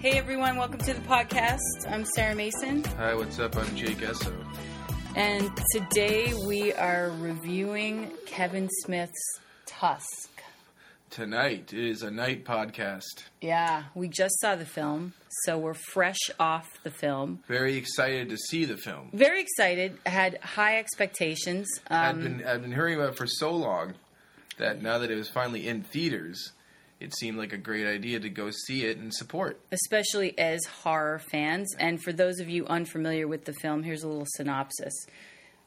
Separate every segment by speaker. Speaker 1: Hey everyone, welcome to the podcast. I'm Sarah Mason,
Speaker 2: Hi, what's up? I'm Jake Esso.
Speaker 1: and today we are reviewing Kevin Smith's Tusk.
Speaker 2: Tonight is a night podcast.
Speaker 1: Yeah, we just saw the film, so we're fresh off the film.
Speaker 2: Very excited to see the film.
Speaker 1: Very excited, had high expectations.
Speaker 2: I've
Speaker 1: Um,
Speaker 2: been I've been hearing about it for so long that now that it was finally in theaters, it seemed like a great idea to go see it and support.
Speaker 1: especially as horror fans. And for those of you unfamiliar with the film, here's a little synopsis.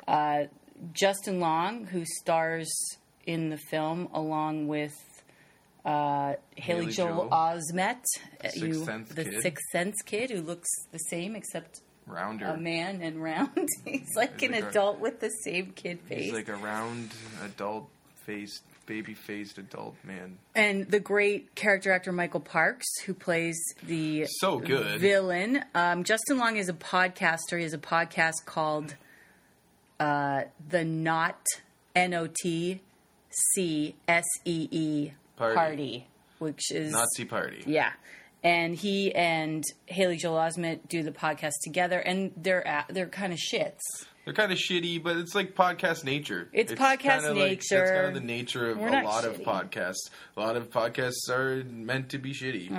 Speaker 1: Uh, Justin Long, who stars in the film along with uh, Haley
Speaker 2: Haley
Speaker 1: Joel
Speaker 2: Joel
Speaker 1: Osment, uh,
Speaker 2: Sixth
Speaker 1: you-
Speaker 2: Sense
Speaker 1: the
Speaker 2: kid.
Speaker 1: Sixth Sense kid, who looks the same except
Speaker 2: Rounder.
Speaker 1: a man and round. He's like
Speaker 2: He's
Speaker 1: an
Speaker 2: like a-
Speaker 1: adult with the same kid face.
Speaker 2: He's like a round adult faced baby faced adult man.
Speaker 1: and the great character actor Michael Parks, who plays the
Speaker 2: So good.
Speaker 1: villain. Um, Justin Long is a podcaster. He has a podcast called uh, the Not N O T C S E E
Speaker 2: Party.
Speaker 1: Party, which is
Speaker 2: Nazi party.
Speaker 1: yeah. And he and Haley Joel Osment do the podcast together, and they're at, they're kind of shits.
Speaker 2: They're kind of shitty, but it's like podcast nature.
Speaker 1: It's podcast
Speaker 2: kinda like-
Speaker 1: nature.
Speaker 2: That's kind of the nature of
Speaker 1: We're
Speaker 2: a
Speaker 1: not
Speaker 2: lot
Speaker 1: shitty.
Speaker 2: of podcasts. A lot of podcasts are meant to be shitty.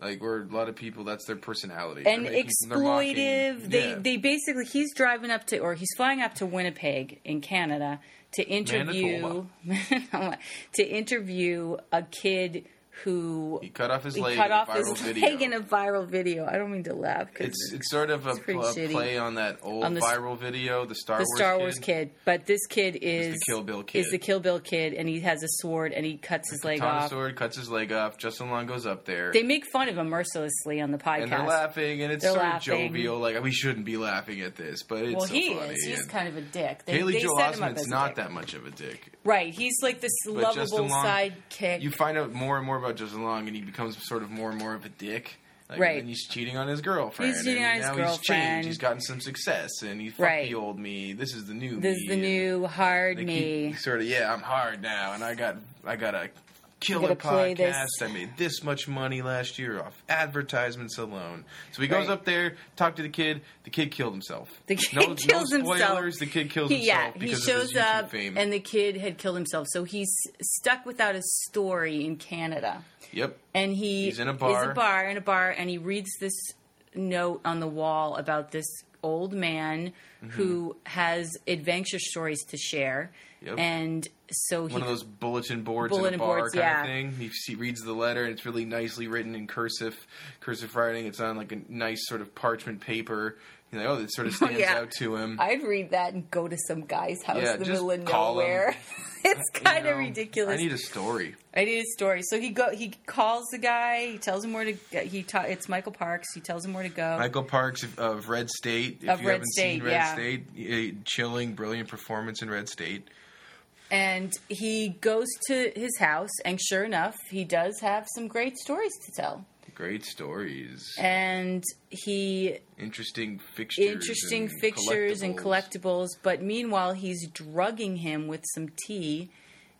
Speaker 2: Like, or a lot of people, that's their personality.
Speaker 1: and
Speaker 2: They're making- they're mocking-
Speaker 1: exploitive. They
Speaker 2: yeah.
Speaker 1: they basically he's driving up to or he's flying up to Winnipeg in Canada to interview to interview a kid who
Speaker 2: he cut off his
Speaker 1: he
Speaker 2: leg.
Speaker 1: cut
Speaker 2: in a
Speaker 1: off his
Speaker 2: viral video.
Speaker 1: leg in a viral video. I don't mean to laugh because
Speaker 2: It's it's sort of a,
Speaker 1: pretty
Speaker 2: pl- a
Speaker 1: shitty.
Speaker 2: play on that old
Speaker 1: On the s-
Speaker 2: viral video, the Star
Speaker 1: the
Speaker 2: Wars
Speaker 1: Star Wars kid. but this kid is
Speaker 2: Kill Bill kid.
Speaker 1: is the Kill Bill kid, and he has a sword and he cuts his leg
Speaker 2: Tom
Speaker 1: off.
Speaker 2: Sword cuts his leg off. Justin Long goes up there.
Speaker 1: They make fun of him mercilessly on the podcast.
Speaker 2: and they're laughing, and it's
Speaker 1: They're
Speaker 2: sort
Speaker 1: laughing.
Speaker 2: of jovial. Like we shouldn't be laughing at this, but it's
Speaker 1: well,
Speaker 2: so
Speaker 1: he
Speaker 2: funny.
Speaker 1: is. He's
Speaker 2: and-
Speaker 1: kind of a dick. They,
Speaker 2: Haley
Speaker 1: they
Speaker 2: Joel
Speaker 1: set him up
Speaker 2: Osment's
Speaker 1: as a
Speaker 2: not
Speaker 1: dick.
Speaker 2: that much of a dick.
Speaker 1: Right, he's like this
Speaker 2: But Justin
Speaker 1: lovable
Speaker 2: Long-
Speaker 1: sidekick.
Speaker 2: You find out more and more about Justin Long, and he becomes sort of more and more of a dick. Like,
Speaker 1: Right.
Speaker 2: And he's cheating on his girlfriend.
Speaker 1: He's cheating
Speaker 2: and
Speaker 1: on his
Speaker 2: now He's
Speaker 1: girlfriend.
Speaker 2: changed. He's gotten some success, and he fucked
Speaker 1: Right.
Speaker 2: the old me. This is the new
Speaker 1: this
Speaker 2: me.
Speaker 1: is the
Speaker 2: and
Speaker 1: new hard
Speaker 2: they
Speaker 1: me.
Speaker 2: keep Sort of. Yeah, I'm hard now, and I got I got a
Speaker 1: gotta
Speaker 2: killer
Speaker 1: play
Speaker 2: podcast.
Speaker 1: this.
Speaker 2: I made this much money last year off advertisements alone. So he goes
Speaker 1: Right.
Speaker 2: up there, talk to the kid. The kid killed himself.
Speaker 1: The kid
Speaker 2: no,
Speaker 1: kills
Speaker 2: no
Speaker 1: himself.
Speaker 2: spoilers, The kid kills
Speaker 1: He-
Speaker 2: himself.
Speaker 1: yeah, he
Speaker 2: because of his
Speaker 1: shows
Speaker 2: YouTube
Speaker 1: up,
Speaker 2: fame.
Speaker 1: and the kid had killed himself, so he's stuck without a story in Canada.
Speaker 2: yep.
Speaker 1: And he
Speaker 2: He's in a bar.
Speaker 1: is a bar in a bar, and he reads this note on the wall about this old man
Speaker 2: Mm-hmm.
Speaker 1: who has adventure stories to share.
Speaker 2: Yep.
Speaker 1: And so he
Speaker 2: one of those bulletin boards
Speaker 1: Bulletin
Speaker 2: in a bar
Speaker 1: boards,
Speaker 2: kind
Speaker 1: yeah.
Speaker 2: of thing. He, he reads the letter, and it's really nicely written in cursive, cursive writing. It's on like a nice sort of parchment paper. You know, that sort of stands
Speaker 1: Yeah.
Speaker 2: out to him.
Speaker 1: I'd read that and go to some guy's house
Speaker 2: Yeah,
Speaker 1: in the
Speaker 2: just
Speaker 1: middle of
Speaker 2: call him.
Speaker 1: nowhere. it's
Speaker 2: You
Speaker 1: kind
Speaker 2: know,
Speaker 1: of ridiculous.
Speaker 2: I need a story.
Speaker 1: I need a story. So he go. He calls the guy. He tells him where to. He ta- it's Michael Parks. He tells him where to go.
Speaker 2: Michael Parks of, of Red State. If
Speaker 1: Of
Speaker 2: you
Speaker 1: Red
Speaker 2: haven't
Speaker 1: State,
Speaker 2: seen Red
Speaker 1: yeah.
Speaker 2: State, a chilling, brilliant performance in Red State.
Speaker 1: and he goes to his house, and sure enough, he does have some great stories to tell.
Speaker 2: Great stories,
Speaker 1: And he
Speaker 2: interesting fixtures,
Speaker 1: interesting fixtures and collectibles. But meanwhile, he's drugging him with some tea.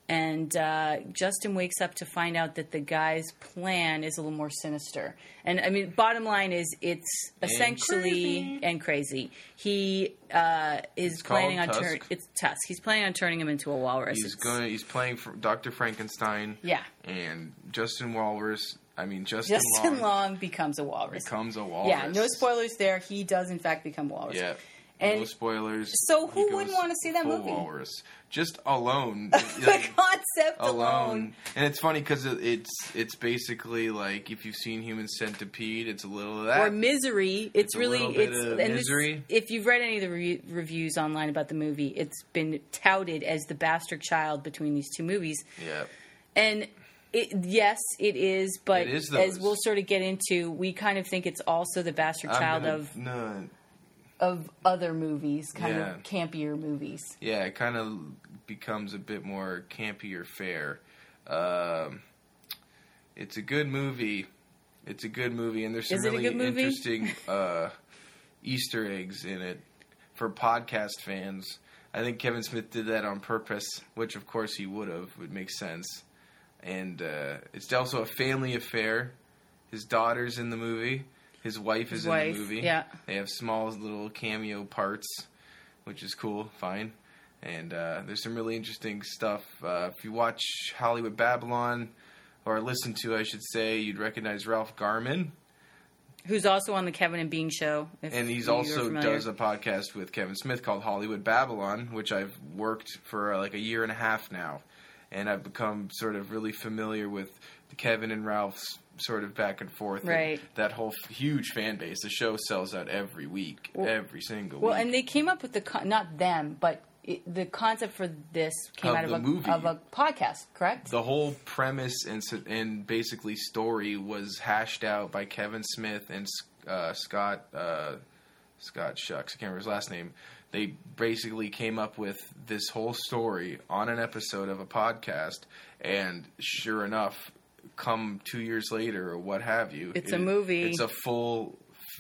Speaker 1: And uh, Justin wakes up to find out that the guy's plan is a little more sinister. And I mean, bottom line is it's essentially
Speaker 2: crazy.
Speaker 1: and crazy. He uh, is
Speaker 2: called
Speaker 1: planning on
Speaker 2: Tusk.
Speaker 1: turning it's Tusk. He's planning on turning him into a walrus.
Speaker 2: He's
Speaker 1: It's-
Speaker 2: going. He's playing for Dr. Frankenstein.
Speaker 1: Yeah.
Speaker 2: And Justin Walrus. I mean, Justin,
Speaker 1: Justin
Speaker 2: Long
Speaker 1: Long becomes a walrus.
Speaker 2: becomes a walrus.
Speaker 1: yeah, no spoilers there. He does in fact become a walrus.
Speaker 2: Yeah.
Speaker 1: And
Speaker 2: no spoilers.
Speaker 1: so who
Speaker 2: He
Speaker 1: wouldn't
Speaker 2: goes
Speaker 1: wanna see that
Speaker 2: full
Speaker 1: movie?
Speaker 2: Walrus. Just alone.
Speaker 1: the
Speaker 2: like,
Speaker 1: concept alone
Speaker 2: alone. And it's funny because it's it's basically like if you've seen Human Centipede, it's a little of that.
Speaker 1: or misery. It's,
Speaker 2: a
Speaker 1: really
Speaker 2: little bit
Speaker 1: it's
Speaker 2: of
Speaker 1: and this-
Speaker 2: misery.
Speaker 1: if you've read any of the re- reviews online about the movie, it's been touted as the bastard child between these two movies,
Speaker 2: yeah.
Speaker 1: and it, yes, it is. But
Speaker 2: It is
Speaker 1: as
Speaker 2: those.
Speaker 1: we'll sort of get into, we kind of think it's also the bastard
Speaker 2: I'm
Speaker 1: child
Speaker 2: gonna-
Speaker 1: of
Speaker 2: no.
Speaker 1: of other movies, kind
Speaker 2: Yeah.
Speaker 1: of campier movies.
Speaker 2: Yeah, it kind of becomes a bit more campy or fair. Um, it's a good movie. It's a good movie, and there's some
Speaker 1: Is it a
Speaker 2: really
Speaker 1: good movie?
Speaker 2: interesting uh, Easter eggs in it for podcast fans. I think Kevin Smith did that on purpose, which of course he would have. Would make sense. And uh, it's also a family affair. His daughter's in the movie. His wife
Speaker 1: His
Speaker 2: is in
Speaker 1: wife,
Speaker 2: the movie.
Speaker 1: yeah.
Speaker 2: They have small little cameo parts, which is cool. Fine. And uh, there's some really interesting stuff. Uh, if you watch Hollywood Babylon, or listen to, I should say, you'd recognize Ralph Garman,
Speaker 1: Who's also on the Kevin and Bean show. if
Speaker 2: and he's
Speaker 1: you're
Speaker 2: also
Speaker 1: familiar.
Speaker 2: does a podcast with Kevin Smith called Hollywood Babylon, which I've worked for uh, like a year and a half now, and I've become sort of really familiar with Kevin and Ralph's sort of back and forth, and
Speaker 1: Right.
Speaker 2: that whole f- huge fan base. The show sells out every week, every single
Speaker 1: Well,
Speaker 2: week.
Speaker 1: and they came up with the con- not them, but it, the concept for this came
Speaker 2: Of
Speaker 1: out of
Speaker 2: the
Speaker 1: a
Speaker 2: movie.
Speaker 1: of a podcast, correct?
Speaker 2: the whole premise and s- and basically story was hashed out by Kevin Smith and S- uh, Scott uh, Scott Shucks. I can't remember his last name. They basically came up with this whole story on an episode of a podcast, and sure enough, come two years later or what have you,
Speaker 1: It's a movie.
Speaker 2: It's a full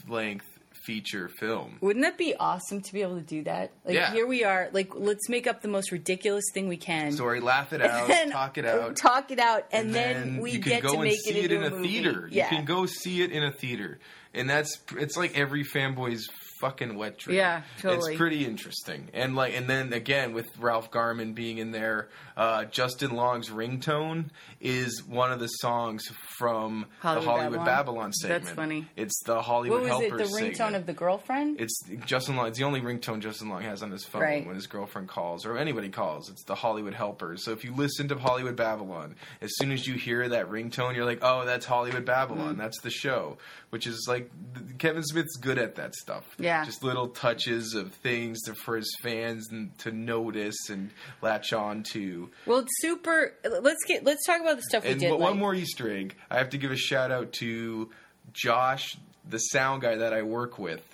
Speaker 2: length feature film.
Speaker 1: Wouldn't that be awesome to be able to do that? Like
Speaker 2: Yeah.
Speaker 1: here we are, like let's make up the most ridiculous thing we can.
Speaker 2: Story, laugh it out,
Speaker 1: then
Speaker 2: talk it out.
Speaker 1: talk it out, and, then,
Speaker 2: then
Speaker 1: we
Speaker 2: you can
Speaker 1: get
Speaker 2: go
Speaker 1: to
Speaker 2: and
Speaker 1: make
Speaker 2: see
Speaker 1: it,
Speaker 2: it
Speaker 1: into
Speaker 2: in a
Speaker 1: movie.
Speaker 2: theater.
Speaker 1: Yeah.
Speaker 2: You can go see it in a theater, and that's it's like every fanboy's fucking wet dream.
Speaker 1: Yeah, totally.
Speaker 2: It's pretty interesting, and like and then again with Ralph Garman being in there, uh, Justin Long's ringtone is one of the songs from
Speaker 1: Hollywood
Speaker 2: the Hollywood
Speaker 1: Babylon?
Speaker 2: Babylon,
Speaker 1: That's
Speaker 2: segment.
Speaker 1: funny.
Speaker 2: It's the Hollywood
Speaker 1: what was it? The
Speaker 2: Helpers
Speaker 1: ringtone
Speaker 2: segment.
Speaker 1: of the girlfriend?
Speaker 2: It's Justin Long. It's the only ringtone Justin Long has on his phone
Speaker 1: Right.
Speaker 2: when his girlfriend calls or anybody calls. It's the Hollywood Helpers. So if you listen to Hollywood Babylon, as soon as you hear that ringtone, you're like, "Oh, that's Hollywood
Speaker 1: Mm.
Speaker 2: Babylon. That's the show." Which is like th- Kevin Smith's good at that stuff.
Speaker 1: Yeah.
Speaker 2: just little touches of things to, for his fans and to notice and latch on to.
Speaker 1: well, it's super. Let's get let's talk about the stuff we
Speaker 2: And
Speaker 1: did.
Speaker 2: one
Speaker 1: like-
Speaker 2: more Easter egg, I have to give a shout out to Josh, the sound guy that I work with.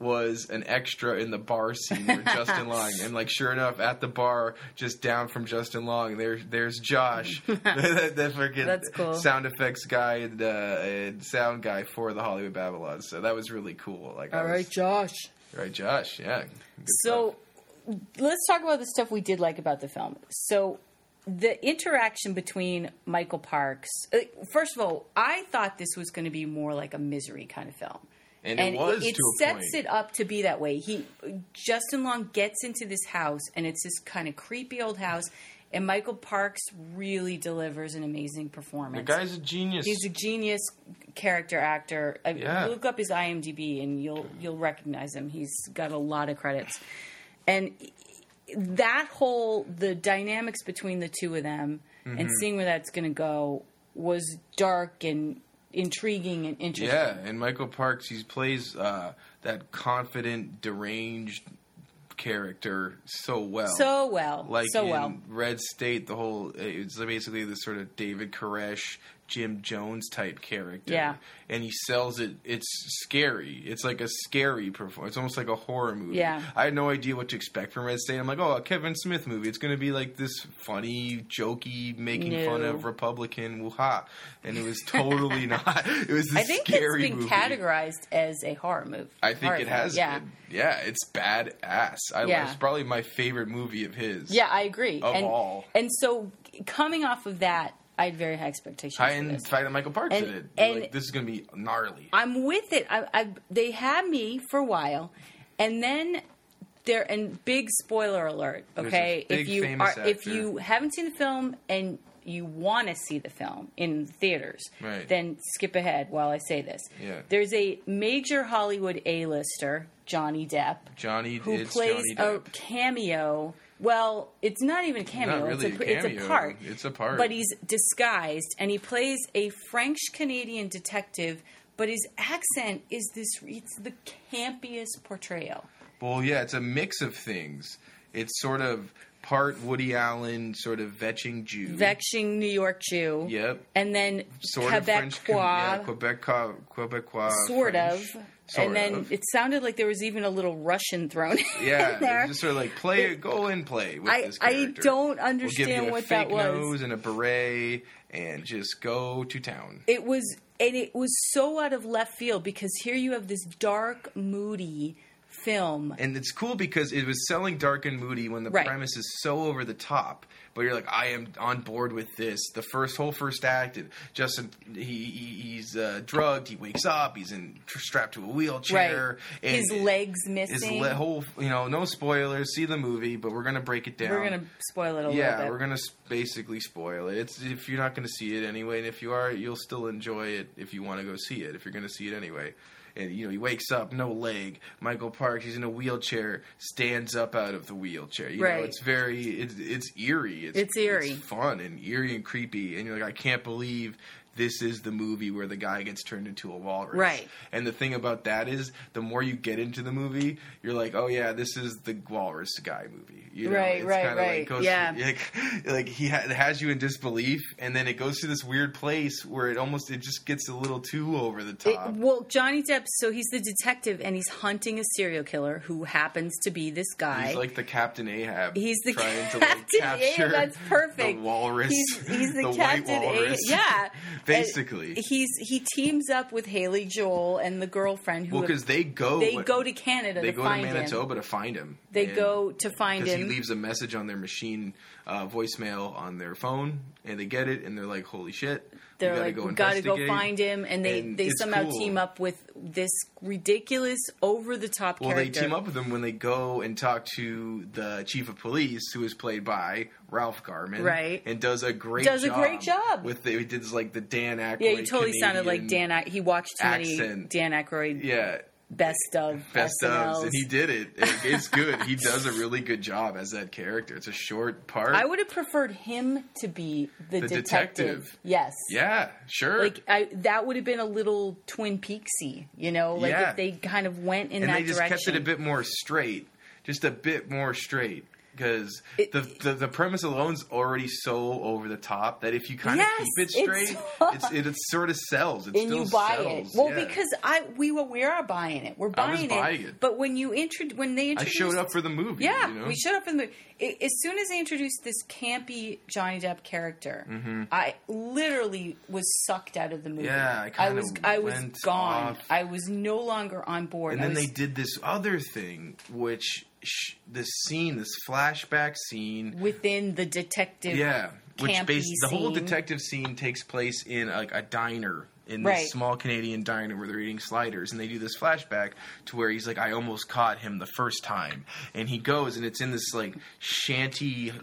Speaker 2: Was an extra in the bar scene with Justin Long, and like sure enough, at the bar, just down from Justin Long, there there's Josh, that, that freaking
Speaker 1: That's cool.
Speaker 2: sound effects guy and, uh, and sound guy for the Hollywood Babylon. So that was really cool. Like, I
Speaker 1: All right,
Speaker 2: was-
Speaker 1: Josh.
Speaker 2: right, Josh, yeah. Good
Speaker 1: So let's talk about the stuff we did like about the film. So the interaction between Michael Parks. uh, First of all, I thought this was going to be more like a misery kind of film.
Speaker 2: And it was
Speaker 1: it
Speaker 2: to a
Speaker 1: sets
Speaker 2: point.
Speaker 1: it up to be that way. He Justin Long gets into this house and it's this kind of creepy old house and Michael Parks really delivers an amazing performance.
Speaker 2: The guy's a genius.
Speaker 1: He's a genius character actor. I,
Speaker 2: Yeah.
Speaker 1: Look up his IMDb and you'll you'll recognize him. He's got a lot of credits, and that whole the dynamics between the two of them
Speaker 2: Mm-hmm.
Speaker 1: and seeing where that's going to go was dark and intriguing and interesting.
Speaker 2: Yeah, and Michael Parks, he plays uh, that confident, deranged character so well.
Speaker 1: So well,
Speaker 2: like
Speaker 1: so
Speaker 2: in
Speaker 1: well.
Speaker 2: Red State, the whole it's basically this sort of David Koresh, Jim Jones type character.
Speaker 1: Yeah.
Speaker 2: and he sells it. It's scary. It's like a scary performance. It's almost like a horror movie.
Speaker 1: Yeah.
Speaker 2: I had no idea what to expect from Red State. I'm like, oh, a Kevin Smith movie. It's going to be like this funny, jokey, making fun
Speaker 1: No.
Speaker 2: of Republican woo-ha. and it was totally not. It was this
Speaker 1: I think it's
Speaker 2: scary
Speaker 1: been
Speaker 2: movie.
Speaker 1: categorized as a horror movie.
Speaker 2: I think
Speaker 1: Horror
Speaker 2: it
Speaker 1: film,
Speaker 2: has.
Speaker 1: Yeah.
Speaker 2: been. yeah, it's badass. I
Speaker 1: Yeah.
Speaker 2: it's probably my favorite movie of his.
Speaker 1: Yeah, I agree.
Speaker 2: Of
Speaker 1: and
Speaker 2: all.
Speaker 1: and so coming off of that, I had very high expectations.
Speaker 2: I,
Speaker 1: for
Speaker 2: and
Speaker 1: this.
Speaker 2: the fact that Michael Parks
Speaker 1: And-
Speaker 2: did it,
Speaker 1: and-
Speaker 2: like, this is gonna be gnarly.
Speaker 1: I'm with it. I, I they had me for a while, and then there. And big spoiler alert.
Speaker 2: a
Speaker 1: Okay,
Speaker 2: big
Speaker 1: if you are,
Speaker 2: famous
Speaker 1: if
Speaker 2: actor.
Speaker 1: you haven't seen the film and you want to see the film in theaters,
Speaker 2: Right.
Speaker 1: then skip ahead while I say this.
Speaker 2: Yeah.
Speaker 1: There's a major Hollywood A-lister, Johnny Depp,
Speaker 2: Johnny,
Speaker 1: who
Speaker 2: it's
Speaker 1: plays
Speaker 2: Johnny
Speaker 1: a
Speaker 2: Depp.
Speaker 1: cameo. Well, it's not even a cameo.
Speaker 2: Not really
Speaker 1: it's, a,
Speaker 2: a cameo.
Speaker 1: it's a part.
Speaker 2: It's a part.
Speaker 1: But he's disguised, and he plays a French Canadian detective. But his accent is this—it's the campiest portrayal.
Speaker 2: Well, yeah, it's a mix of things. It's sort of part Woody Allen, sort of vetching Jew,
Speaker 1: Vexing New York Jew.
Speaker 2: Yep.
Speaker 1: And then
Speaker 2: sort
Speaker 1: Quebecois.
Speaker 2: of French, Com- yeah, Quebecois, Quebecois,
Speaker 1: Sort
Speaker 2: French.
Speaker 1: of.
Speaker 2: Sort
Speaker 1: and then
Speaker 2: of.
Speaker 1: it sounded like there was even a little Russian thrown in
Speaker 2: yeah,
Speaker 1: there.
Speaker 2: just sort of like play, go and play with
Speaker 1: I,
Speaker 2: this
Speaker 1: I
Speaker 2: character.
Speaker 1: don't
Speaker 2: We'll give you
Speaker 1: understand
Speaker 2: a
Speaker 1: what
Speaker 2: fake
Speaker 1: that was.
Speaker 2: nose and a beret, and just go to town.
Speaker 1: it was and it was so out of left field because here you have this dark moody film.
Speaker 2: And it's cool because it was selling dark and moody when the
Speaker 1: Right.
Speaker 2: premise is so over the top. But you're like, I am on board with this. The first whole first act, and Justin, he, he he's uh, drugged. He wakes up. He's in strapped to a wheelchair. And
Speaker 1: His legs
Speaker 2: His
Speaker 1: missing.
Speaker 2: le- whole, you know, no spoilers. See the movie, but we're gonna break it down.
Speaker 1: We're gonna spoil it a
Speaker 2: yeah,
Speaker 1: little
Speaker 2: we're
Speaker 1: bit.
Speaker 2: gonna s- basically spoil it. It's if you're not gonna see it anyway, and if you are, you'll still enjoy it if you want to go see it. If you're gonna see it anyway, and you know he wakes up, no leg. Michael Parks, he's in a wheelchair, stands up out of the wheelchair. You know,
Speaker 1: Right.
Speaker 2: it's very, it's it's eerie.
Speaker 1: It's eerie.
Speaker 2: fun and eerie and creepy, and you're like, I can't believe. This is the movie where the guy gets turned into a walrus.
Speaker 1: Right.
Speaker 2: And the thing about that is, the more you get into the movie, you're like, oh yeah, this is the walrus guy movie. You know,
Speaker 1: Right,
Speaker 2: it's
Speaker 1: right,
Speaker 2: kinda Like
Speaker 1: right.
Speaker 2: goes
Speaker 1: Yeah.
Speaker 2: through- like like he ha- has you in disbelief, and then it goes to this weird place where it almost it just gets a little too over the
Speaker 1: It-
Speaker 2: top.
Speaker 1: well, Johnny Depp. So he's the detective, and he's hunting a serial killer who happens to be this guy.
Speaker 2: He's like the Captain Ahab.
Speaker 1: He's the
Speaker 2: trying to like
Speaker 1: Captain Ahab,
Speaker 2: capture
Speaker 1: that's perfect.
Speaker 2: the walrus.
Speaker 1: He's, he's the,
Speaker 2: white
Speaker 1: captain. A-
Speaker 2: walrus.
Speaker 1: yeah,
Speaker 2: Basically.
Speaker 1: And he's he teams up with Haley Joel and the girlfriend who
Speaker 2: Well, because they go
Speaker 1: they go to Canada.
Speaker 2: they
Speaker 1: to
Speaker 2: go to
Speaker 1: find Him.
Speaker 2: Manitoba to find him.
Speaker 1: They
Speaker 2: And-
Speaker 1: go to find
Speaker 2: because
Speaker 1: him.
Speaker 2: he leaves a message on their machine uh, voicemail on their phone, and they get it, and they're like, "Holy shit!"
Speaker 1: They're like, we gotta go
Speaker 2: investigate."
Speaker 1: find him, and they
Speaker 2: And
Speaker 1: they
Speaker 2: it's
Speaker 1: somehow
Speaker 2: cool.
Speaker 1: team up with this ridiculous, over the top
Speaker 2: Well,
Speaker 1: character.
Speaker 2: they team up with him when they go and talk to the chief of police, who is played by Ralph Garman,
Speaker 1: Right.
Speaker 2: And does a great
Speaker 1: Does a
Speaker 2: job
Speaker 1: great job.
Speaker 2: with the, he did like the Dan Aykroyd.
Speaker 1: Yeah, you totally sounded like
Speaker 2: Canadian-
Speaker 1: Dan. Ay- He watched too many
Speaker 2: accent.
Speaker 1: Dan Aykroyd
Speaker 2: Yeah,
Speaker 1: best of
Speaker 2: best
Speaker 1: SNLs.
Speaker 2: ofs, and he did it. It- It's good. he does a really good job as that character. It's a short part.
Speaker 1: I would have preferred him to be the,
Speaker 2: The
Speaker 1: detective.
Speaker 2: detective.
Speaker 1: Yes.
Speaker 2: yeah, sure.
Speaker 1: Like I, that would have been a little Twin Peaksy, you know. Like
Speaker 2: Yeah.
Speaker 1: if they kind of went in
Speaker 2: and
Speaker 1: that
Speaker 2: they just
Speaker 1: direction.
Speaker 2: kept it a bit more straight, just a bit more straight. Because
Speaker 1: It-
Speaker 2: the, the the premise alone's already so over the top that if you kind
Speaker 1: Yes,
Speaker 2: of keep it
Speaker 1: it's-
Speaker 2: straight, it's, it, it sort of sells. It
Speaker 1: and
Speaker 2: still
Speaker 1: you buy
Speaker 2: sells.
Speaker 1: it. Well,
Speaker 2: yeah.
Speaker 1: because I we were we are buying it. We're
Speaker 2: I was
Speaker 1: buying,
Speaker 2: buying it.
Speaker 1: But when you intro when they
Speaker 2: I
Speaker 1: introduced
Speaker 2: showed up for the movie.
Speaker 1: Yeah,
Speaker 2: you know?
Speaker 1: we showed up in the. I- As soon as they introduced this campy Johnny Depp character, I literally was sucked out of the movie.
Speaker 2: Mm-hmm. Yeah, I
Speaker 1: I
Speaker 2: kinda
Speaker 1: was I was
Speaker 2: went
Speaker 1: gone.
Speaker 2: off.
Speaker 1: I was no longer on board.
Speaker 2: And
Speaker 1: I
Speaker 2: then
Speaker 1: was-
Speaker 2: they did this other thing, which sh- this scene, this flashback scene,
Speaker 1: within the detective.
Speaker 2: yeah, which
Speaker 1: campy
Speaker 2: base the whole
Speaker 1: scene.
Speaker 2: detective scene takes place in like a diner in
Speaker 1: Right.
Speaker 2: this small Canadian diner where they're eating sliders, and they do this flashback to where he's like, "I almost caught him the first time," and he goes, and it's in this like shanty uh,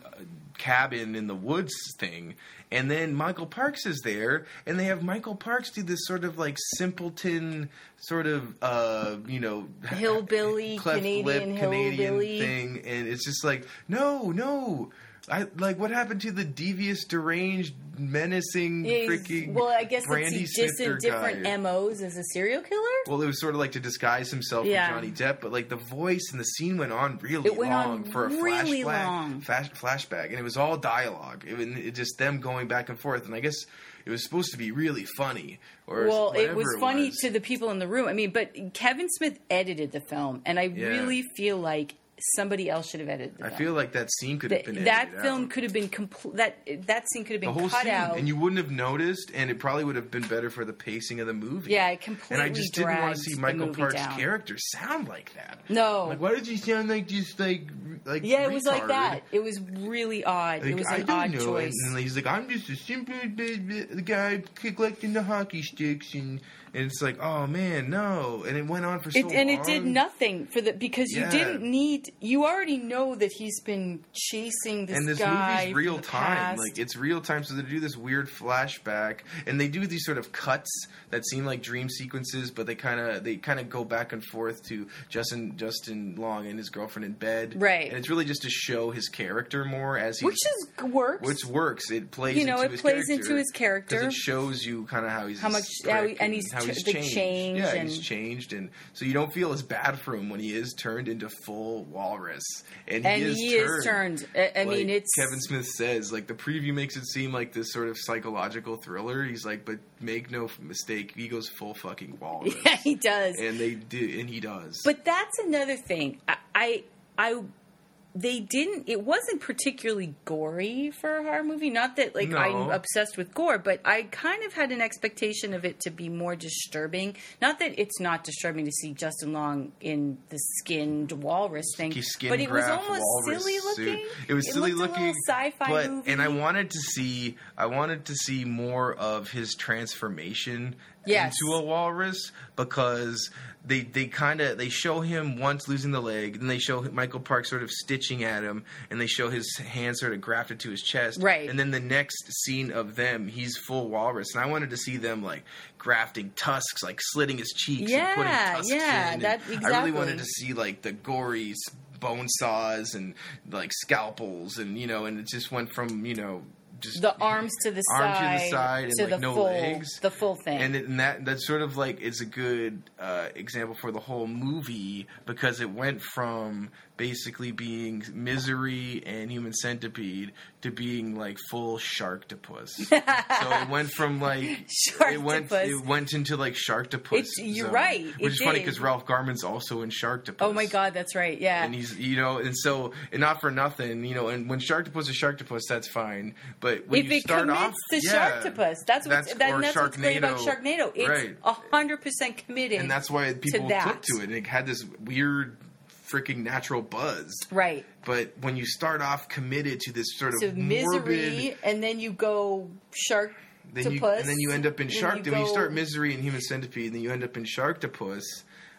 Speaker 2: cabin in the woods thing, and then Michael Parks is there, and they have Michael Parks do this sort of like simpleton sort of uh, you know
Speaker 1: Hillbilly,
Speaker 2: cleft
Speaker 1: Canadian
Speaker 2: lip
Speaker 1: hillbilly.
Speaker 2: Canadian thing, and it's just like, no, no. I like what happened to the devious, deranged, menacing,
Speaker 1: Is-
Speaker 2: freaking.
Speaker 1: well, I guess
Speaker 2: Brandy
Speaker 1: it's just in
Speaker 2: Snifter
Speaker 1: different
Speaker 2: guy.
Speaker 1: MOs as a serial killer.
Speaker 2: Well, it was sort of like to disguise himself
Speaker 1: Yeah.
Speaker 2: from Johnny Depp, but like the voice and the scene went on really
Speaker 1: It went
Speaker 2: long
Speaker 1: on
Speaker 2: for a
Speaker 1: really
Speaker 2: flashback,
Speaker 1: long.
Speaker 2: Flash, flashback, and it was all dialogue. It, was- it just them going back and forth, and I guess it was supposed to be really funny. Or
Speaker 1: Well, it
Speaker 2: whatever
Speaker 1: was funny
Speaker 2: was.
Speaker 1: to the people in the room. I mean, but Kevin Smith edited the film, and I really feel like somebody else should have edited. The
Speaker 2: I
Speaker 1: film.
Speaker 2: feel like that scene could have
Speaker 1: that,
Speaker 2: been
Speaker 1: that
Speaker 2: edited
Speaker 1: film
Speaker 2: out.
Speaker 1: could have been complete. That that scene could have
Speaker 2: the
Speaker 1: been
Speaker 2: whole
Speaker 1: cut
Speaker 2: scene,
Speaker 1: out.
Speaker 2: and you wouldn't have noticed, and it probably would have been better for the pacing of the movie.
Speaker 1: yeah, it completely.
Speaker 2: and I just
Speaker 1: dragged
Speaker 2: didn't want to see
Speaker 1: the
Speaker 2: Michael
Speaker 1: movie
Speaker 2: Parks'
Speaker 1: down.
Speaker 2: character sound like that.
Speaker 1: No.
Speaker 2: like why did you sound like just like like
Speaker 1: Yeah, it was like
Speaker 2: retarded?
Speaker 1: that. It was really odd.
Speaker 2: Like,
Speaker 1: it was
Speaker 2: I
Speaker 1: an
Speaker 2: don't
Speaker 1: odd
Speaker 2: know.
Speaker 1: choice.
Speaker 2: And, he's like, I'm just a simple b- b- the guy collecting the hockey sticks, and and it's like, oh man, no. And it went on for so
Speaker 1: it, and it did
Speaker 2: long.
Speaker 1: nothing for the because you
Speaker 2: Yeah.
Speaker 1: didn't need. You already know that he's been chasing this,
Speaker 2: and this
Speaker 1: guy.
Speaker 2: movie's
Speaker 1: for
Speaker 2: real
Speaker 1: the
Speaker 2: time
Speaker 1: past-
Speaker 2: like it's real time so they do this weird flashback and they do these sort of cuts that seem like dream sequences but they kind of they kind of go back and forth to justin justin long and his girlfriend in bed
Speaker 1: Right.
Speaker 2: and it's really just to show his character more as he's
Speaker 1: which is works.
Speaker 2: which works it plays
Speaker 1: You know,
Speaker 2: into
Speaker 1: it
Speaker 2: his
Speaker 1: plays
Speaker 2: character
Speaker 1: into his
Speaker 2: 'cause
Speaker 1: character.
Speaker 2: it shows you kind of how he's
Speaker 1: How
Speaker 2: a
Speaker 1: much-
Speaker 2: prick
Speaker 1: how he- and he's ch- the change
Speaker 2: yeah
Speaker 1: and-
Speaker 2: he's changed and so you don't feel as bad for him when he is turned into full walrus and,
Speaker 1: and
Speaker 2: he is turned.
Speaker 1: turned. I, I mean,
Speaker 2: Like
Speaker 1: it's
Speaker 2: Kevin Smith says like the preview makes it seem like this sort of psychological thriller. He's like, but make no f- mistake, he goes full fucking walrus,
Speaker 1: Yeah, he does.
Speaker 2: and they do, and he does.
Speaker 1: But that's another thing. I, I, I they didn't it wasn't particularly gory for a horror movie not that like i'm
Speaker 2: No.
Speaker 1: obsessed with gore but i kind of had an expectation of it to be more disturbing not that it's not disturbing to see justin long in the skinned walrus thing
Speaker 2: He skin
Speaker 1: but it was
Speaker 2: graft
Speaker 1: almost
Speaker 2: walrus
Speaker 1: silly
Speaker 2: suit.
Speaker 1: looking
Speaker 2: It was silly
Speaker 1: looked a
Speaker 2: looking
Speaker 1: little sci-fi
Speaker 2: but,
Speaker 1: movie
Speaker 2: And I wanted to see I wanted to see more of his transformation
Speaker 1: Yes.
Speaker 2: into a walrus because they they kind of they show him once losing the leg, then they show Michael Park sort of stitching at him, and they show his hand sort of grafted to his chest,
Speaker 1: Right.
Speaker 2: And then the next scene of them, he's full walrus, and I wanted to see them like grafting tusks, like slitting his cheeks, and putting
Speaker 1: Yeah,
Speaker 2: tusks
Speaker 1: yeah,
Speaker 2: in. and
Speaker 1: that-
Speaker 2: I really wanted
Speaker 1: exactly.
Speaker 2: to see like the gory s- bone saws and like scalpels and you know and it just went from you know just
Speaker 1: the arms to the
Speaker 2: Arms to
Speaker 1: side
Speaker 2: the side and,
Speaker 1: to
Speaker 2: like,
Speaker 1: the
Speaker 2: no
Speaker 1: full
Speaker 2: legs.
Speaker 1: the full thing
Speaker 2: and, it, and that that's sort of like it's a good uh, example for the whole movie because it went from basically being misery and human centipede to being like full sharktopus. so it went from like it went
Speaker 1: Sharktopus.
Speaker 2: it went into like sharktopus.
Speaker 1: It's- you're
Speaker 2: zone,
Speaker 1: right, it
Speaker 2: which is funny
Speaker 1: did.
Speaker 2: because Ralph Garman's also in sharktopus.
Speaker 1: oh my god that's right yeah
Speaker 2: and he's you know and so and not for nothing you know and when sharktopus is sharktopus that's fine but when
Speaker 1: if
Speaker 2: you
Speaker 1: it
Speaker 2: start
Speaker 1: commits
Speaker 2: off
Speaker 1: to
Speaker 2: yeah,
Speaker 1: Sharktopus, that's what's,
Speaker 2: That's-
Speaker 1: that-
Speaker 2: or
Speaker 1: and that's what's great about Sharknado.
Speaker 2: Sharknado.
Speaker 1: It's
Speaker 2: Right.
Speaker 1: a hundred percent committed,
Speaker 2: and that's why people
Speaker 1: that.
Speaker 2: took to it and it had this weird freaking natural buzz
Speaker 1: right
Speaker 2: but when you start off committed to this sort
Speaker 1: to
Speaker 2: of morbid
Speaker 1: misery, and then you go shark
Speaker 2: then
Speaker 1: to
Speaker 2: you,
Speaker 1: puss,
Speaker 2: and then you end up in
Speaker 1: and
Speaker 2: shark
Speaker 1: you
Speaker 2: when you
Speaker 1: go-
Speaker 2: start misery and human centipede and then you end up in sharktopus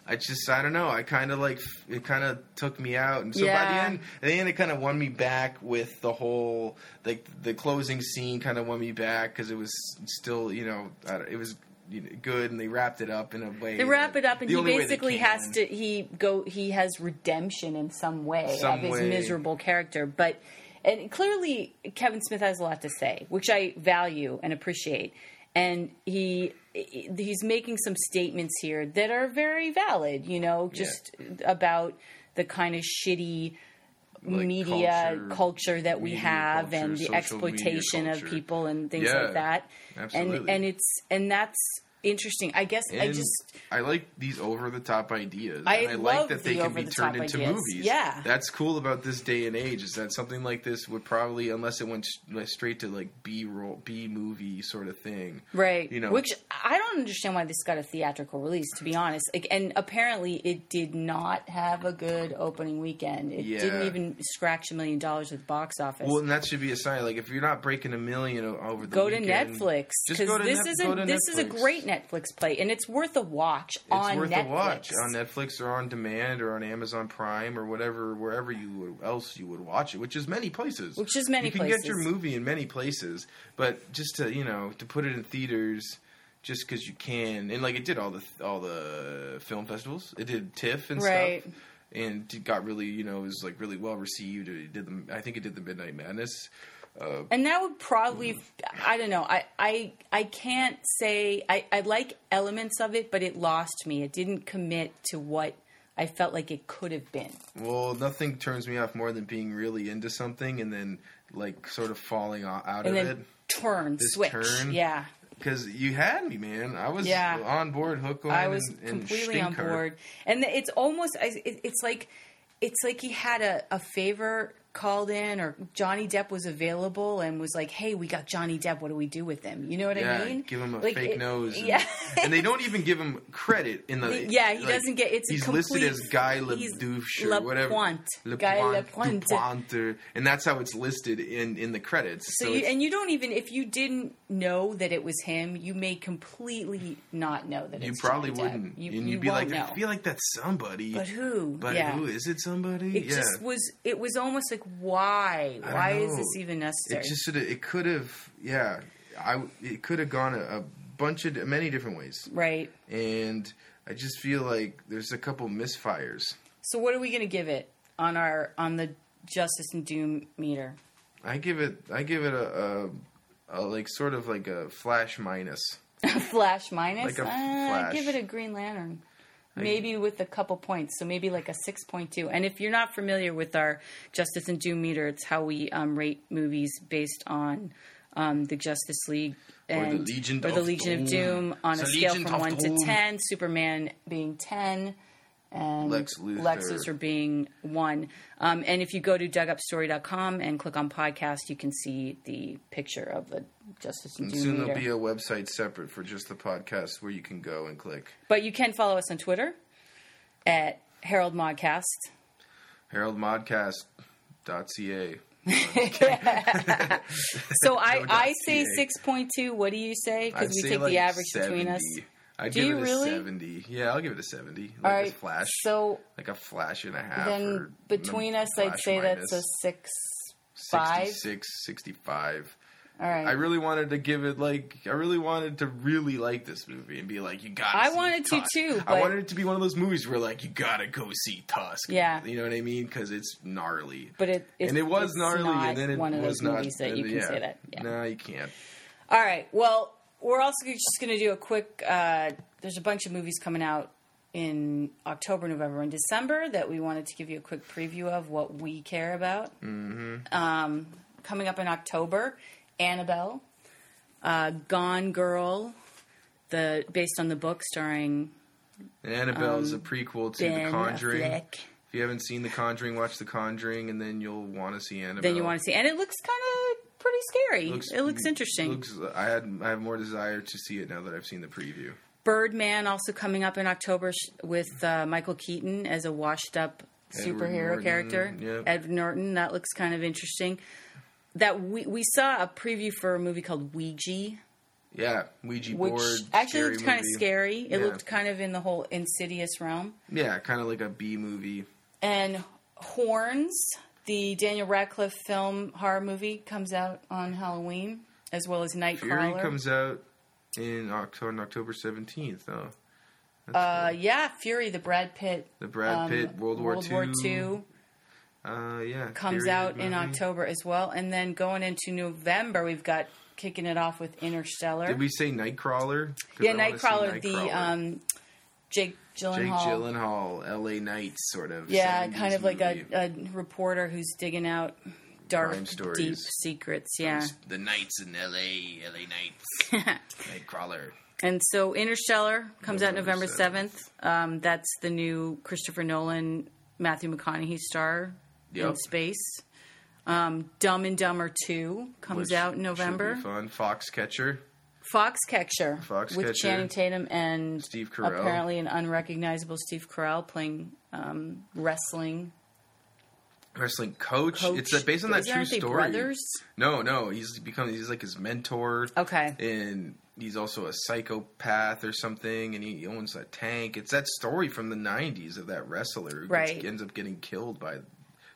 Speaker 2: i just i don't know i kind of like it kind of took me out and so by
Speaker 1: Yeah.
Speaker 2: the end at the end it kind of won me back with the whole like the closing scene kind of won me back because it was still you know I don't- it was you know, good and they wrapped it up in a way
Speaker 1: They wrap it up, and
Speaker 2: the
Speaker 1: he
Speaker 2: only way they
Speaker 1: basically
Speaker 2: can.
Speaker 1: has to. He go. He has redemption in some way
Speaker 2: Some
Speaker 1: of his
Speaker 2: way.
Speaker 1: miserable character, but and clearly Kevin Smith has a lot to say, which I value and appreciate. And he he's making some statements here that are very valid. You know, just about the kind of shitty
Speaker 2: Like
Speaker 1: media culture, that we
Speaker 2: media
Speaker 1: have
Speaker 2: culture,
Speaker 1: and the
Speaker 2: social
Speaker 1: exploitation
Speaker 2: media
Speaker 1: of
Speaker 2: culture.
Speaker 1: people and things
Speaker 2: Yeah,
Speaker 1: like that. And
Speaker 2: absolutely.
Speaker 1: and it's and that's interesting. I guess I
Speaker 2: And
Speaker 1: just
Speaker 2: I like these over the top ideas.
Speaker 1: I
Speaker 2: and I
Speaker 1: love
Speaker 2: like that they
Speaker 1: the
Speaker 2: can be
Speaker 1: over-the-top
Speaker 2: turned into
Speaker 1: ideas.
Speaker 2: movies.
Speaker 1: Yeah.
Speaker 2: that's cool about this day and age. Is that something like this would probably, unless it went s- like, straight to like B roll, B movie sort of thing.
Speaker 1: Right.
Speaker 2: You know,
Speaker 1: Which I don't understand why this got a theatrical release, to be honest. Like, and apparently it did not have a good opening weekend. It
Speaker 2: Yeah.
Speaker 1: didn't even scratch a million dollars at the box office.
Speaker 2: Well, and that should be a sign. Like, if you're not breaking a million o- over the
Speaker 1: go to
Speaker 2: weekend,
Speaker 1: Netflix
Speaker 2: Just
Speaker 1: because
Speaker 2: go to
Speaker 1: this
Speaker 2: Nef-
Speaker 1: is
Speaker 2: go
Speaker 1: a
Speaker 2: to
Speaker 1: this is a
Speaker 2: Netflix.
Speaker 1: great Netflix play and it's worth a watch
Speaker 2: It's
Speaker 1: on
Speaker 2: worth
Speaker 1: Netflix.
Speaker 2: a watch on Netflix or on demand or on Amazon Prime or whatever, wherever you would, else you would watch it, which is many places.
Speaker 1: Which is many
Speaker 2: You can
Speaker 1: places.
Speaker 2: get your movie in many places, but just to you know to put it in theaters just because you can, and like it did all the all the film festivals, it did TIFF and
Speaker 1: Right.
Speaker 2: stuff. And it got really, you know, it was like really well received. It did the, I think it did the Midnight Madness.
Speaker 1: And that would probably,
Speaker 2: Mm-hmm.
Speaker 1: I don't know. I, I, I can't say, I, I like elements of it, but it lost me. It didn't commit to what I felt like it could have been.
Speaker 2: Well, nothing turns me off more than being really into something and then like sort of falling o- out
Speaker 1: and
Speaker 2: of
Speaker 1: then
Speaker 2: it.
Speaker 1: turn
Speaker 2: This
Speaker 1: switch.
Speaker 2: turn?
Speaker 1: Yeah,
Speaker 2: Because you had me, man. I was
Speaker 1: Yeah.
Speaker 2: on board, hook, line,
Speaker 1: I was
Speaker 2: and, and
Speaker 1: completely on
Speaker 2: stinker.
Speaker 1: board, and it's almost I- it- it's like it's like he had a, a favor called in, or Johnny Depp was available and was like, "Hey, we got Johnny Depp. What do we do with him?" You know what
Speaker 2: Yeah,
Speaker 1: I mean?
Speaker 2: give him a
Speaker 1: Like,
Speaker 2: fake
Speaker 1: it-
Speaker 2: nose. And,
Speaker 1: Yeah.
Speaker 2: and they don't even give him credit in the.
Speaker 1: Yeah, he doesn't get- it's a
Speaker 2: he's listed
Speaker 1: complete-
Speaker 2: as Guy
Speaker 1: he's
Speaker 2: LeDouche or
Speaker 1: Le
Speaker 2: whatever.
Speaker 1: Pointe.
Speaker 2: Le
Speaker 1: Guy
Speaker 2: Pointe,
Speaker 1: Le Pointe.
Speaker 2: Dupont or- and that's how it's listed in in the credits.
Speaker 1: So you, and you don't even if you didn't know that it was him, you may completely not know that
Speaker 2: you
Speaker 1: it's
Speaker 2: probably
Speaker 1: Johnny Depp.
Speaker 2: wouldn't,
Speaker 1: You,
Speaker 2: and you'd
Speaker 1: you
Speaker 2: be like,
Speaker 1: won't know.
Speaker 2: I feel like that's somebody,
Speaker 1: but who?
Speaker 2: But
Speaker 1: yeah.
Speaker 2: who is it? Somebody?
Speaker 1: It
Speaker 2: yeah.
Speaker 1: just was. It was almost like, why?
Speaker 2: I
Speaker 1: Why is
Speaker 2: know.
Speaker 1: this even necessary?
Speaker 2: It just should. It could have. Yeah, I. It could have gone a, a bunch of many different ways,
Speaker 1: right.
Speaker 2: and I just feel like there's a couple misfires.
Speaker 1: So, what are we going to give it on our on the Justice and Doom meter?
Speaker 2: I give it. I give it a, a, a like sort of like a flash minus.
Speaker 1: Flash minus.
Speaker 2: Like a
Speaker 1: Uh,
Speaker 2: flash.
Speaker 1: Give it a Green Lantern. Maybe with a couple points, so maybe like a six point two. And if you're not familiar with our Justice and Doom meter, it's how we um, rate movies based on um, the Justice League and
Speaker 2: Legion
Speaker 1: or the
Speaker 2: of
Speaker 1: Legion of
Speaker 2: Doom.
Speaker 1: Doom on
Speaker 2: The
Speaker 1: a scale
Speaker 2: Legion
Speaker 1: from
Speaker 2: of
Speaker 1: one to
Speaker 2: Doom.
Speaker 1: ten. Superman being ten, and
Speaker 2: Lex Luthor.
Speaker 1: being one. Um, and if you go to dugupstory.com and click on podcast, you can see the picture of the Justice and
Speaker 2: And
Speaker 1: Doom
Speaker 2: soon
Speaker 1: Eater.
Speaker 2: there'll be a website separate for just the podcast where you can go and click
Speaker 1: but you can follow us on Twitter at Harold Modcast.
Speaker 2: heraldmodcast.ca.
Speaker 1: So I, I say
Speaker 2: .ca.
Speaker 1: 6.2. What do you say?
Speaker 2: I'd
Speaker 1: Because we
Speaker 2: say
Speaker 1: take
Speaker 2: like
Speaker 1: the average between us.
Speaker 2: 70. I'd
Speaker 1: Do
Speaker 2: give
Speaker 1: you
Speaker 2: it
Speaker 1: really?
Speaker 2: a 70. Yeah, I'll give it a 70. Like
Speaker 1: All
Speaker 2: a
Speaker 1: right.
Speaker 2: flash.
Speaker 1: So
Speaker 2: like a flash and a half. or
Speaker 1: then between
Speaker 2: m-
Speaker 1: us, I'd
Speaker 2: flash
Speaker 1: say that's a
Speaker 2: minus.
Speaker 1: six five.
Speaker 2: 66, 65.
Speaker 1: All right.
Speaker 2: I really wanted to give it like I really wanted to really like this movie and be like you gotta.
Speaker 1: I
Speaker 2: see
Speaker 1: wanted to,
Speaker 2: Tusk.
Speaker 1: too,
Speaker 2: I
Speaker 1: but-
Speaker 2: wanted it to be one of those movies where like you gotta go see Tusk.
Speaker 1: Yeah.
Speaker 2: you know what I mean because it's gnarly.
Speaker 1: but it, it
Speaker 2: and it was
Speaker 1: it's
Speaker 2: gnarly,
Speaker 1: not
Speaker 2: and then it
Speaker 1: one of
Speaker 2: was
Speaker 1: those
Speaker 2: not.
Speaker 1: movies that you
Speaker 2: and,
Speaker 1: can
Speaker 2: yeah.
Speaker 1: say that. Yeah.
Speaker 2: No, you can't.
Speaker 1: All right. Well, we're also just going to do a quick. Uh, there's a bunch of movies coming out in October, November, and December that we wanted to give you a quick preview of what we care about. Mm-hmm. Um, coming up in October, Annabelle, uh, Gone Girl, the based on the book starring
Speaker 2: Annabelle is a prequel to
Speaker 1: Um, Ben
Speaker 2: The Conjuring.
Speaker 1: Affleck.
Speaker 2: If you haven't seen The Conjuring, watch The Conjuring, and then you'll want to see Annabelle.
Speaker 1: Then you want to see, and it looks kind of pretty scary. it looks interesting.
Speaker 2: Looks, I had I have more desire to see it now that I've seen the preview.
Speaker 1: Birdman also coming up in October sh- with uh, Michael Keaton as a washed up
Speaker 2: Edward
Speaker 1: superhero
Speaker 2: Norton,
Speaker 1: character.
Speaker 2: yep.
Speaker 1: Ed Norton, that looks kind of interesting. That we we saw a preview for a movie called Ouija,
Speaker 2: Yeah, Ouija
Speaker 1: which
Speaker 2: board.
Speaker 1: actually
Speaker 2: scary
Speaker 1: looked kind of
Speaker 2: movie.
Speaker 1: scary. It
Speaker 2: Yeah.
Speaker 1: looked kind of in the whole insidious realm.
Speaker 2: Yeah, kind of like a B movie.
Speaker 1: And Horns, the Daniel Radcliffe film horror movie, comes out on Halloween as well as
Speaker 2: Fury
Speaker 1: Nightcrawler.
Speaker 2: comes out in October, October seventeenth. Though
Speaker 1: uh, yeah, Fury, the Brad Pitt,
Speaker 2: the Brad
Speaker 1: um,
Speaker 2: Pitt World War
Speaker 1: World
Speaker 2: II.
Speaker 1: War Two.
Speaker 2: Uh, yeah,
Speaker 1: comes
Speaker 2: Fury
Speaker 1: out in
Speaker 2: movie.
Speaker 1: October as well. And then going into November, we've got kicking it off with Interstellar.
Speaker 2: Did we say Nightcrawler? 'Cause
Speaker 1: yeah,
Speaker 2: I wanna see
Speaker 1: Nightcrawler, the
Speaker 2: Nightcrawler.
Speaker 1: um, Jake
Speaker 2: Jake
Speaker 1: Gyllenhaal.
Speaker 2: Gyllenhaal, L.A. Knight, sort of.
Speaker 1: yeah,
Speaker 2: 70s
Speaker 1: kind of like a, uh,
Speaker 2: movie.
Speaker 1: a reporter who's digging out dark,
Speaker 2: Crime stories.
Speaker 1: deep secrets. Yeah.
Speaker 2: The Knights in L.A. L.A. Knights. Nightcrawler.
Speaker 1: And so Interstellar comes
Speaker 2: November
Speaker 1: out November 7th. Um, that's the new Christopher Nolan, Matthew McConaughey star in
Speaker 2: Yep.
Speaker 1: space. Um, Dumb and Dumber 2 comes
Speaker 2: which
Speaker 1: out in
Speaker 2: should be
Speaker 1: November.
Speaker 2: Fun. Foxcatcher.
Speaker 1: Foxcatcher,
Speaker 2: Foxcatcher.
Speaker 1: with Channing Tatum and
Speaker 2: Steve Carell.
Speaker 1: apparently an unrecognizable Steve Carell playing um, wrestling
Speaker 2: Wrestling coach.
Speaker 1: coach.
Speaker 2: It's uh, based on that
Speaker 1: Isn't-
Speaker 2: true
Speaker 1: aren't they
Speaker 2: story.
Speaker 1: Brothers?
Speaker 2: No, no, he's become he's like his mentor.
Speaker 1: Okay.
Speaker 2: and he's also a psychopath or something, and he owns a tank. It's that story from the '90s of that wrestler who gets-
Speaker 1: Right.
Speaker 2: ends up getting killed by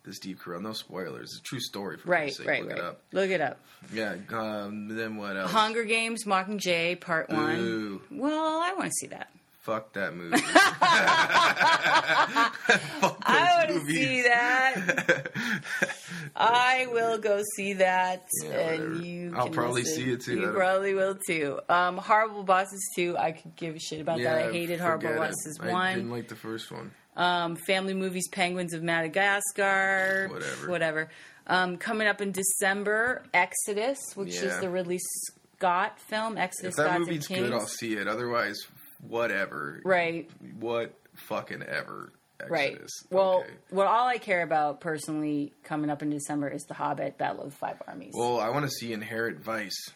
Speaker 2: this Steve Carell. No spoilers. It's a true story. For
Speaker 1: Right,
Speaker 2: God's sake.
Speaker 1: right,
Speaker 2: Look
Speaker 1: right.
Speaker 2: It up.
Speaker 1: Look it up.
Speaker 2: Yeah. Um, then what else?
Speaker 1: Hunger Games, Mockingjay, Part One.
Speaker 2: Ooh.
Speaker 1: Well, I want to see that.
Speaker 2: Fuck that movie.
Speaker 1: I want to
Speaker 2: movies.
Speaker 1: see that. I will go see that,
Speaker 2: Yeah, whatever.
Speaker 1: and you.
Speaker 2: I'll
Speaker 1: can
Speaker 2: probably
Speaker 1: listen.
Speaker 2: see it, too. I
Speaker 1: You
Speaker 2: don't-
Speaker 1: probably will too. Um, Horrible Bosses two. I could give a shit about that. I hated Horrible
Speaker 2: forget it.
Speaker 1: Bosses
Speaker 2: I
Speaker 1: one.
Speaker 2: didn't like the first one.
Speaker 1: um, family movies, Penguins of Madagascar,
Speaker 2: Whatever.
Speaker 1: whatever. Um, coming up in December, Exodus, which is
Speaker 2: Yeah.
Speaker 1: the Ridley Scott film, Exodus.
Speaker 2: If that
Speaker 1: Gods and
Speaker 2: movie's
Speaker 1: Kings.
Speaker 2: good, I'll see it. Otherwise, whatever.
Speaker 1: Right,
Speaker 2: What fucking ever.
Speaker 1: right.
Speaker 2: Exodus.
Speaker 1: Well,
Speaker 2: Okay.
Speaker 1: what all I care about personally coming up in December is The Hobbit: Battle of the Five Armies.
Speaker 2: Well, I want to see Inherent Vice,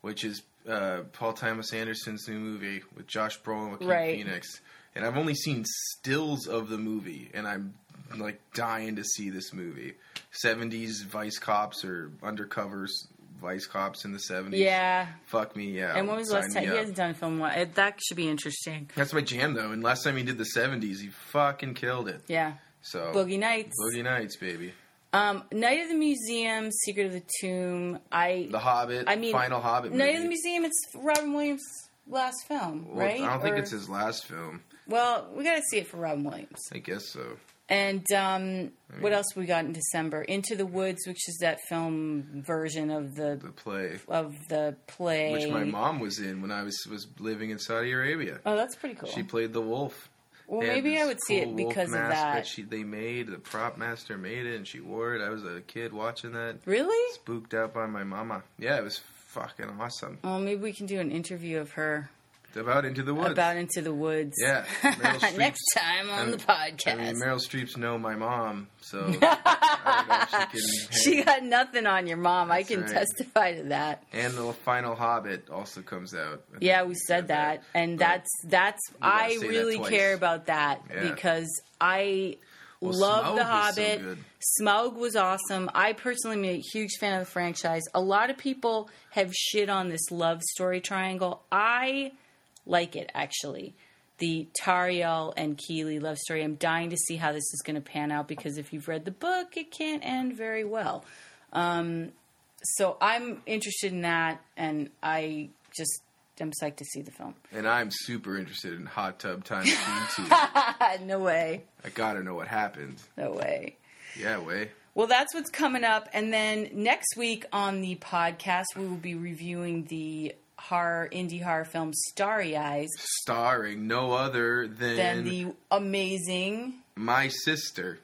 Speaker 2: which is uh, Paul Thomas Anderson's new movie with Josh Brolin and Joaquin
Speaker 1: Right.
Speaker 2: Phoenix. And I've only seen stills of the movie, and I'm like dying to see this movie. Seventies Vice cops or undercovers Vice cops in the seventies.
Speaker 1: yeah.
Speaker 2: Fuck me, yeah.
Speaker 1: And when was the last
Speaker 2: Sign
Speaker 1: time
Speaker 2: me
Speaker 1: he
Speaker 2: up.
Speaker 1: hasn't done a film? in a while. It, that should be interesting.
Speaker 2: That's my jam though. And last time he did the seventies, he fucking killed it.
Speaker 1: Yeah.
Speaker 2: So
Speaker 1: Boogie Nights,
Speaker 2: Boogie Nights, baby.
Speaker 1: Um, Night of the Museum, Secret of the Tomb. I
Speaker 2: The Hobbit.
Speaker 1: I mean,
Speaker 2: final Hobbit.
Speaker 1: Night
Speaker 2: movie.
Speaker 1: of the Museum. It's Robin Williams' last film,
Speaker 2: Well,
Speaker 1: right?
Speaker 2: I don't think
Speaker 1: Or-
Speaker 2: it's his last film.
Speaker 1: Well, we got to see it for Robin Williams.
Speaker 2: I guess so.
Speaker 1: And um, what else we got in December? Into the Woods, which is that film version of the
Speaker 2: The play.
Speaker 1: of the play.
Speaker 2: which my mom was in when I was was living in Saudi Arabia.
Speaker 1: Oh, that's pretty cool.
Speaker 2: She played the wolf.
Speaker 1: well,
Speaker 2: They had
Speaker 1: maybe I
Speaker 2: this
Speaker 1: would see
Speaker 2: cool
Speaker 1: it
Speaker 2: wolf
Speaker 1: because of
Speaker 2: mask
Speaker 1: that.
Speaker 2: she they made the prop master made it and she wore it. I was a kid watching that,
Speaker 1: really?
Speaker 2: spooked out by my mama. Yeah, it was fucking awesome.
Speaker 1: Well, maybe we can do an interview of her.
Speaker 2: about Into the Woods.
Speaker 1: about Into the Woods.
Speaker 2: yeah. Meryl Streep's-
Speaker 1: Next time on
Speaker 2: I
Speaker 1: the
Speaker 2: mean- I
Speaker 1: podcast.
Speaker 2: mean, Meryl Streep's know my mom, so I don't know if she can.
Speaker 1: she got nothing on your mom. I
Speaker 2: That's
Speaker 1: can
Speaker 2: right.
Speaker 1: testify to that.
Speaker 2: and the final Hobbit also comes out. I
Speaker 1: Yeah,
Speaker 2: think
Speaker 1: we said that, and that's that's
Speaker 2: gotta
Speaker 1: I
Speaker 2: say that
Speaker 1: really
Speaker 2: twice.
Speaker 1: care about that
Speaker 2: Yeah.
Speaker 1: because I
Speaker 2: Well,
Speaker 1: love
Speaker 2: Smaug
Speaker 1: the
Speaker 2: was so
Speaker 1: Hobbit.
Speaker 2: good.
Speaker 1: Smaug was awesome. I personally am a huge fan of the franchise. A lot of people have shit on this love story triangle. I like it actually. The Tariel and Keeley love story. I'm dying to see how this is going to pan out because if you've read the book, it can't end very well Um, so I'm interested in that, and I just am psyched to see the film.
Speaker 2: And I'm super interested in Hot Tub Time Machine 2.
Speaker 1: no way,
Speaker 2: I gotta know what happened.
Speaker 1: no way.
Speaker 2: Yeah, way.
Speaker 1: Well, that's what's coming up, and then next week on the podcast, we will be reviewing the horror indie horror film Starry Eyes,
Speaker 2: Starring no other than,
Speaker 1: then the amazing
Speaker 2: my sister,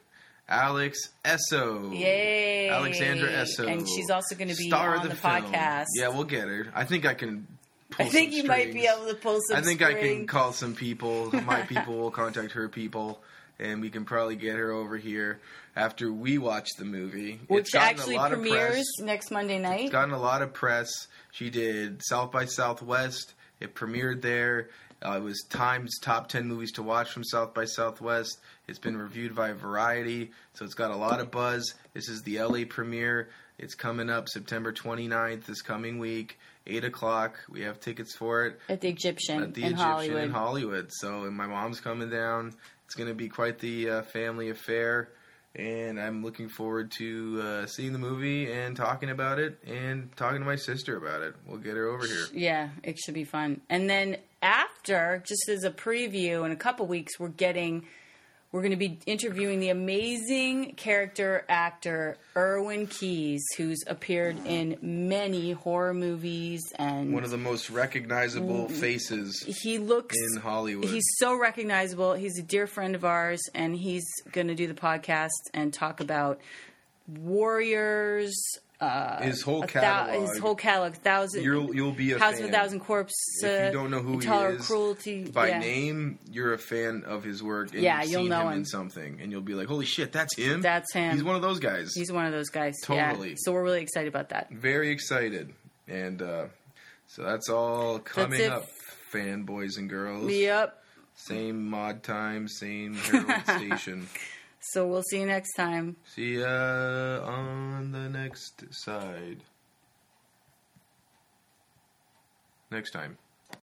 Speaker 2: Alex Esso.
Speaker 1: yay
Speaker 2: Alexandra Esso.
Speaker 1: and she's also going to be
Speaker 2: Star of
Speaker 1: on the,
Speaker 2: film.
Speaker 1: podcast.
Speaker 2: Yeah, we'll get her. I think I can. Pull
Speaker 1: I think
Speaker 2: some
Speaker 1: you might be
Speaker 2: strings.
Speaker 1: able to pull some.
Speaker 2: I think I can
Speaker 1: strings.
Speaker 2: call some people. My people will contact her people, and we can probably get her over here after we watch the movie.
Speaker 1: which
Speaker 2: gotten
Speaker 1: actually
Speaker 2: a lot of press.
Speaker 1: premieres next Monday night.
Speaker 2: It's gotten a lot of press. She did South by Southwest. It premiered there. Uh, it was Time's top 10 movies to watch from South by Southwest. It's been reviewed by Variety, so it's got a lot of buzz. This is the LA premiere. It's coming up September 29th, this coming week, 8 o'clock. We have tickets for it
Speaker 1: At the Egyptian
Speaker 2: at the
Speaker 1: in
Speaker 2: Egyptian
Speaker 1: Hollywood.
Speaker 2: in Hollywood. So, and my mom's coming down. It's going to be quite the uh, family affair, and I'm looking forward to uh, seeing the movie and talking about it and talking to my sister about it. We'll get her over here.
Speaker 1: Yeah, it should be fun. And then after, just as a preview, in a couple weeks, we're getting we're going to be interviewing the amazing character actor Erwin Keys, who's appeared in many horror movies and
Speaker 2: One of the most recognizable
Speaker 1: Mm-hmm.
Speaker 2: faces
Speaker 1: he looks
Speaker 2: in Hollywood.
Speaker 1: He's so recognizable. He's a dear friend of ours, and he's going to do the podcast and talk about warriors. Uh,
Speaker 2: his whole
Speaker 1: a thou-
Speaker 2: catalog.
Speaker 1: his whole catalog, 1000
Speaker 2: You'll- you'll be a
Speaker 1: House of
Speaker 2: fan.
Speaker 1: a Thousand Corpse.
Speaker 2: if you don't know who he
Speaker 1: Intolerable
Speaker 2: is
Speaker 1: Cruelty
Speaker 2: by
Speaker 1: yeah.
Speaker 2: name, you're a fan of his work. And
Speaker 1: Yeah,
Speaker 2: you've
Speaker 1: you'll
Speaker 2: seen
Speaker 1: know
Speaker 2: him,
Speaker 1: him.
Speaker 2: in something, and you'll be like, "Holy shit, that's him!
Speaker 1: That's him.
Speaker 2: He's one of those guys.
Speaker 1: He's one of those guys. Yeah.
Speaker 2: Totally.
Speaker 1: So we're really excited about that.
Speaker 2: very excited, and uh, so that's all coming
Speaker 1: it.
Speaker 2: up, fanboys and girls.
Speaker 1: Yep.
Speaker 2: Same mod time, same Herald station.
Speaker 1: So we'll see you next time.
Speaker 2: See ya on the next side. Next time.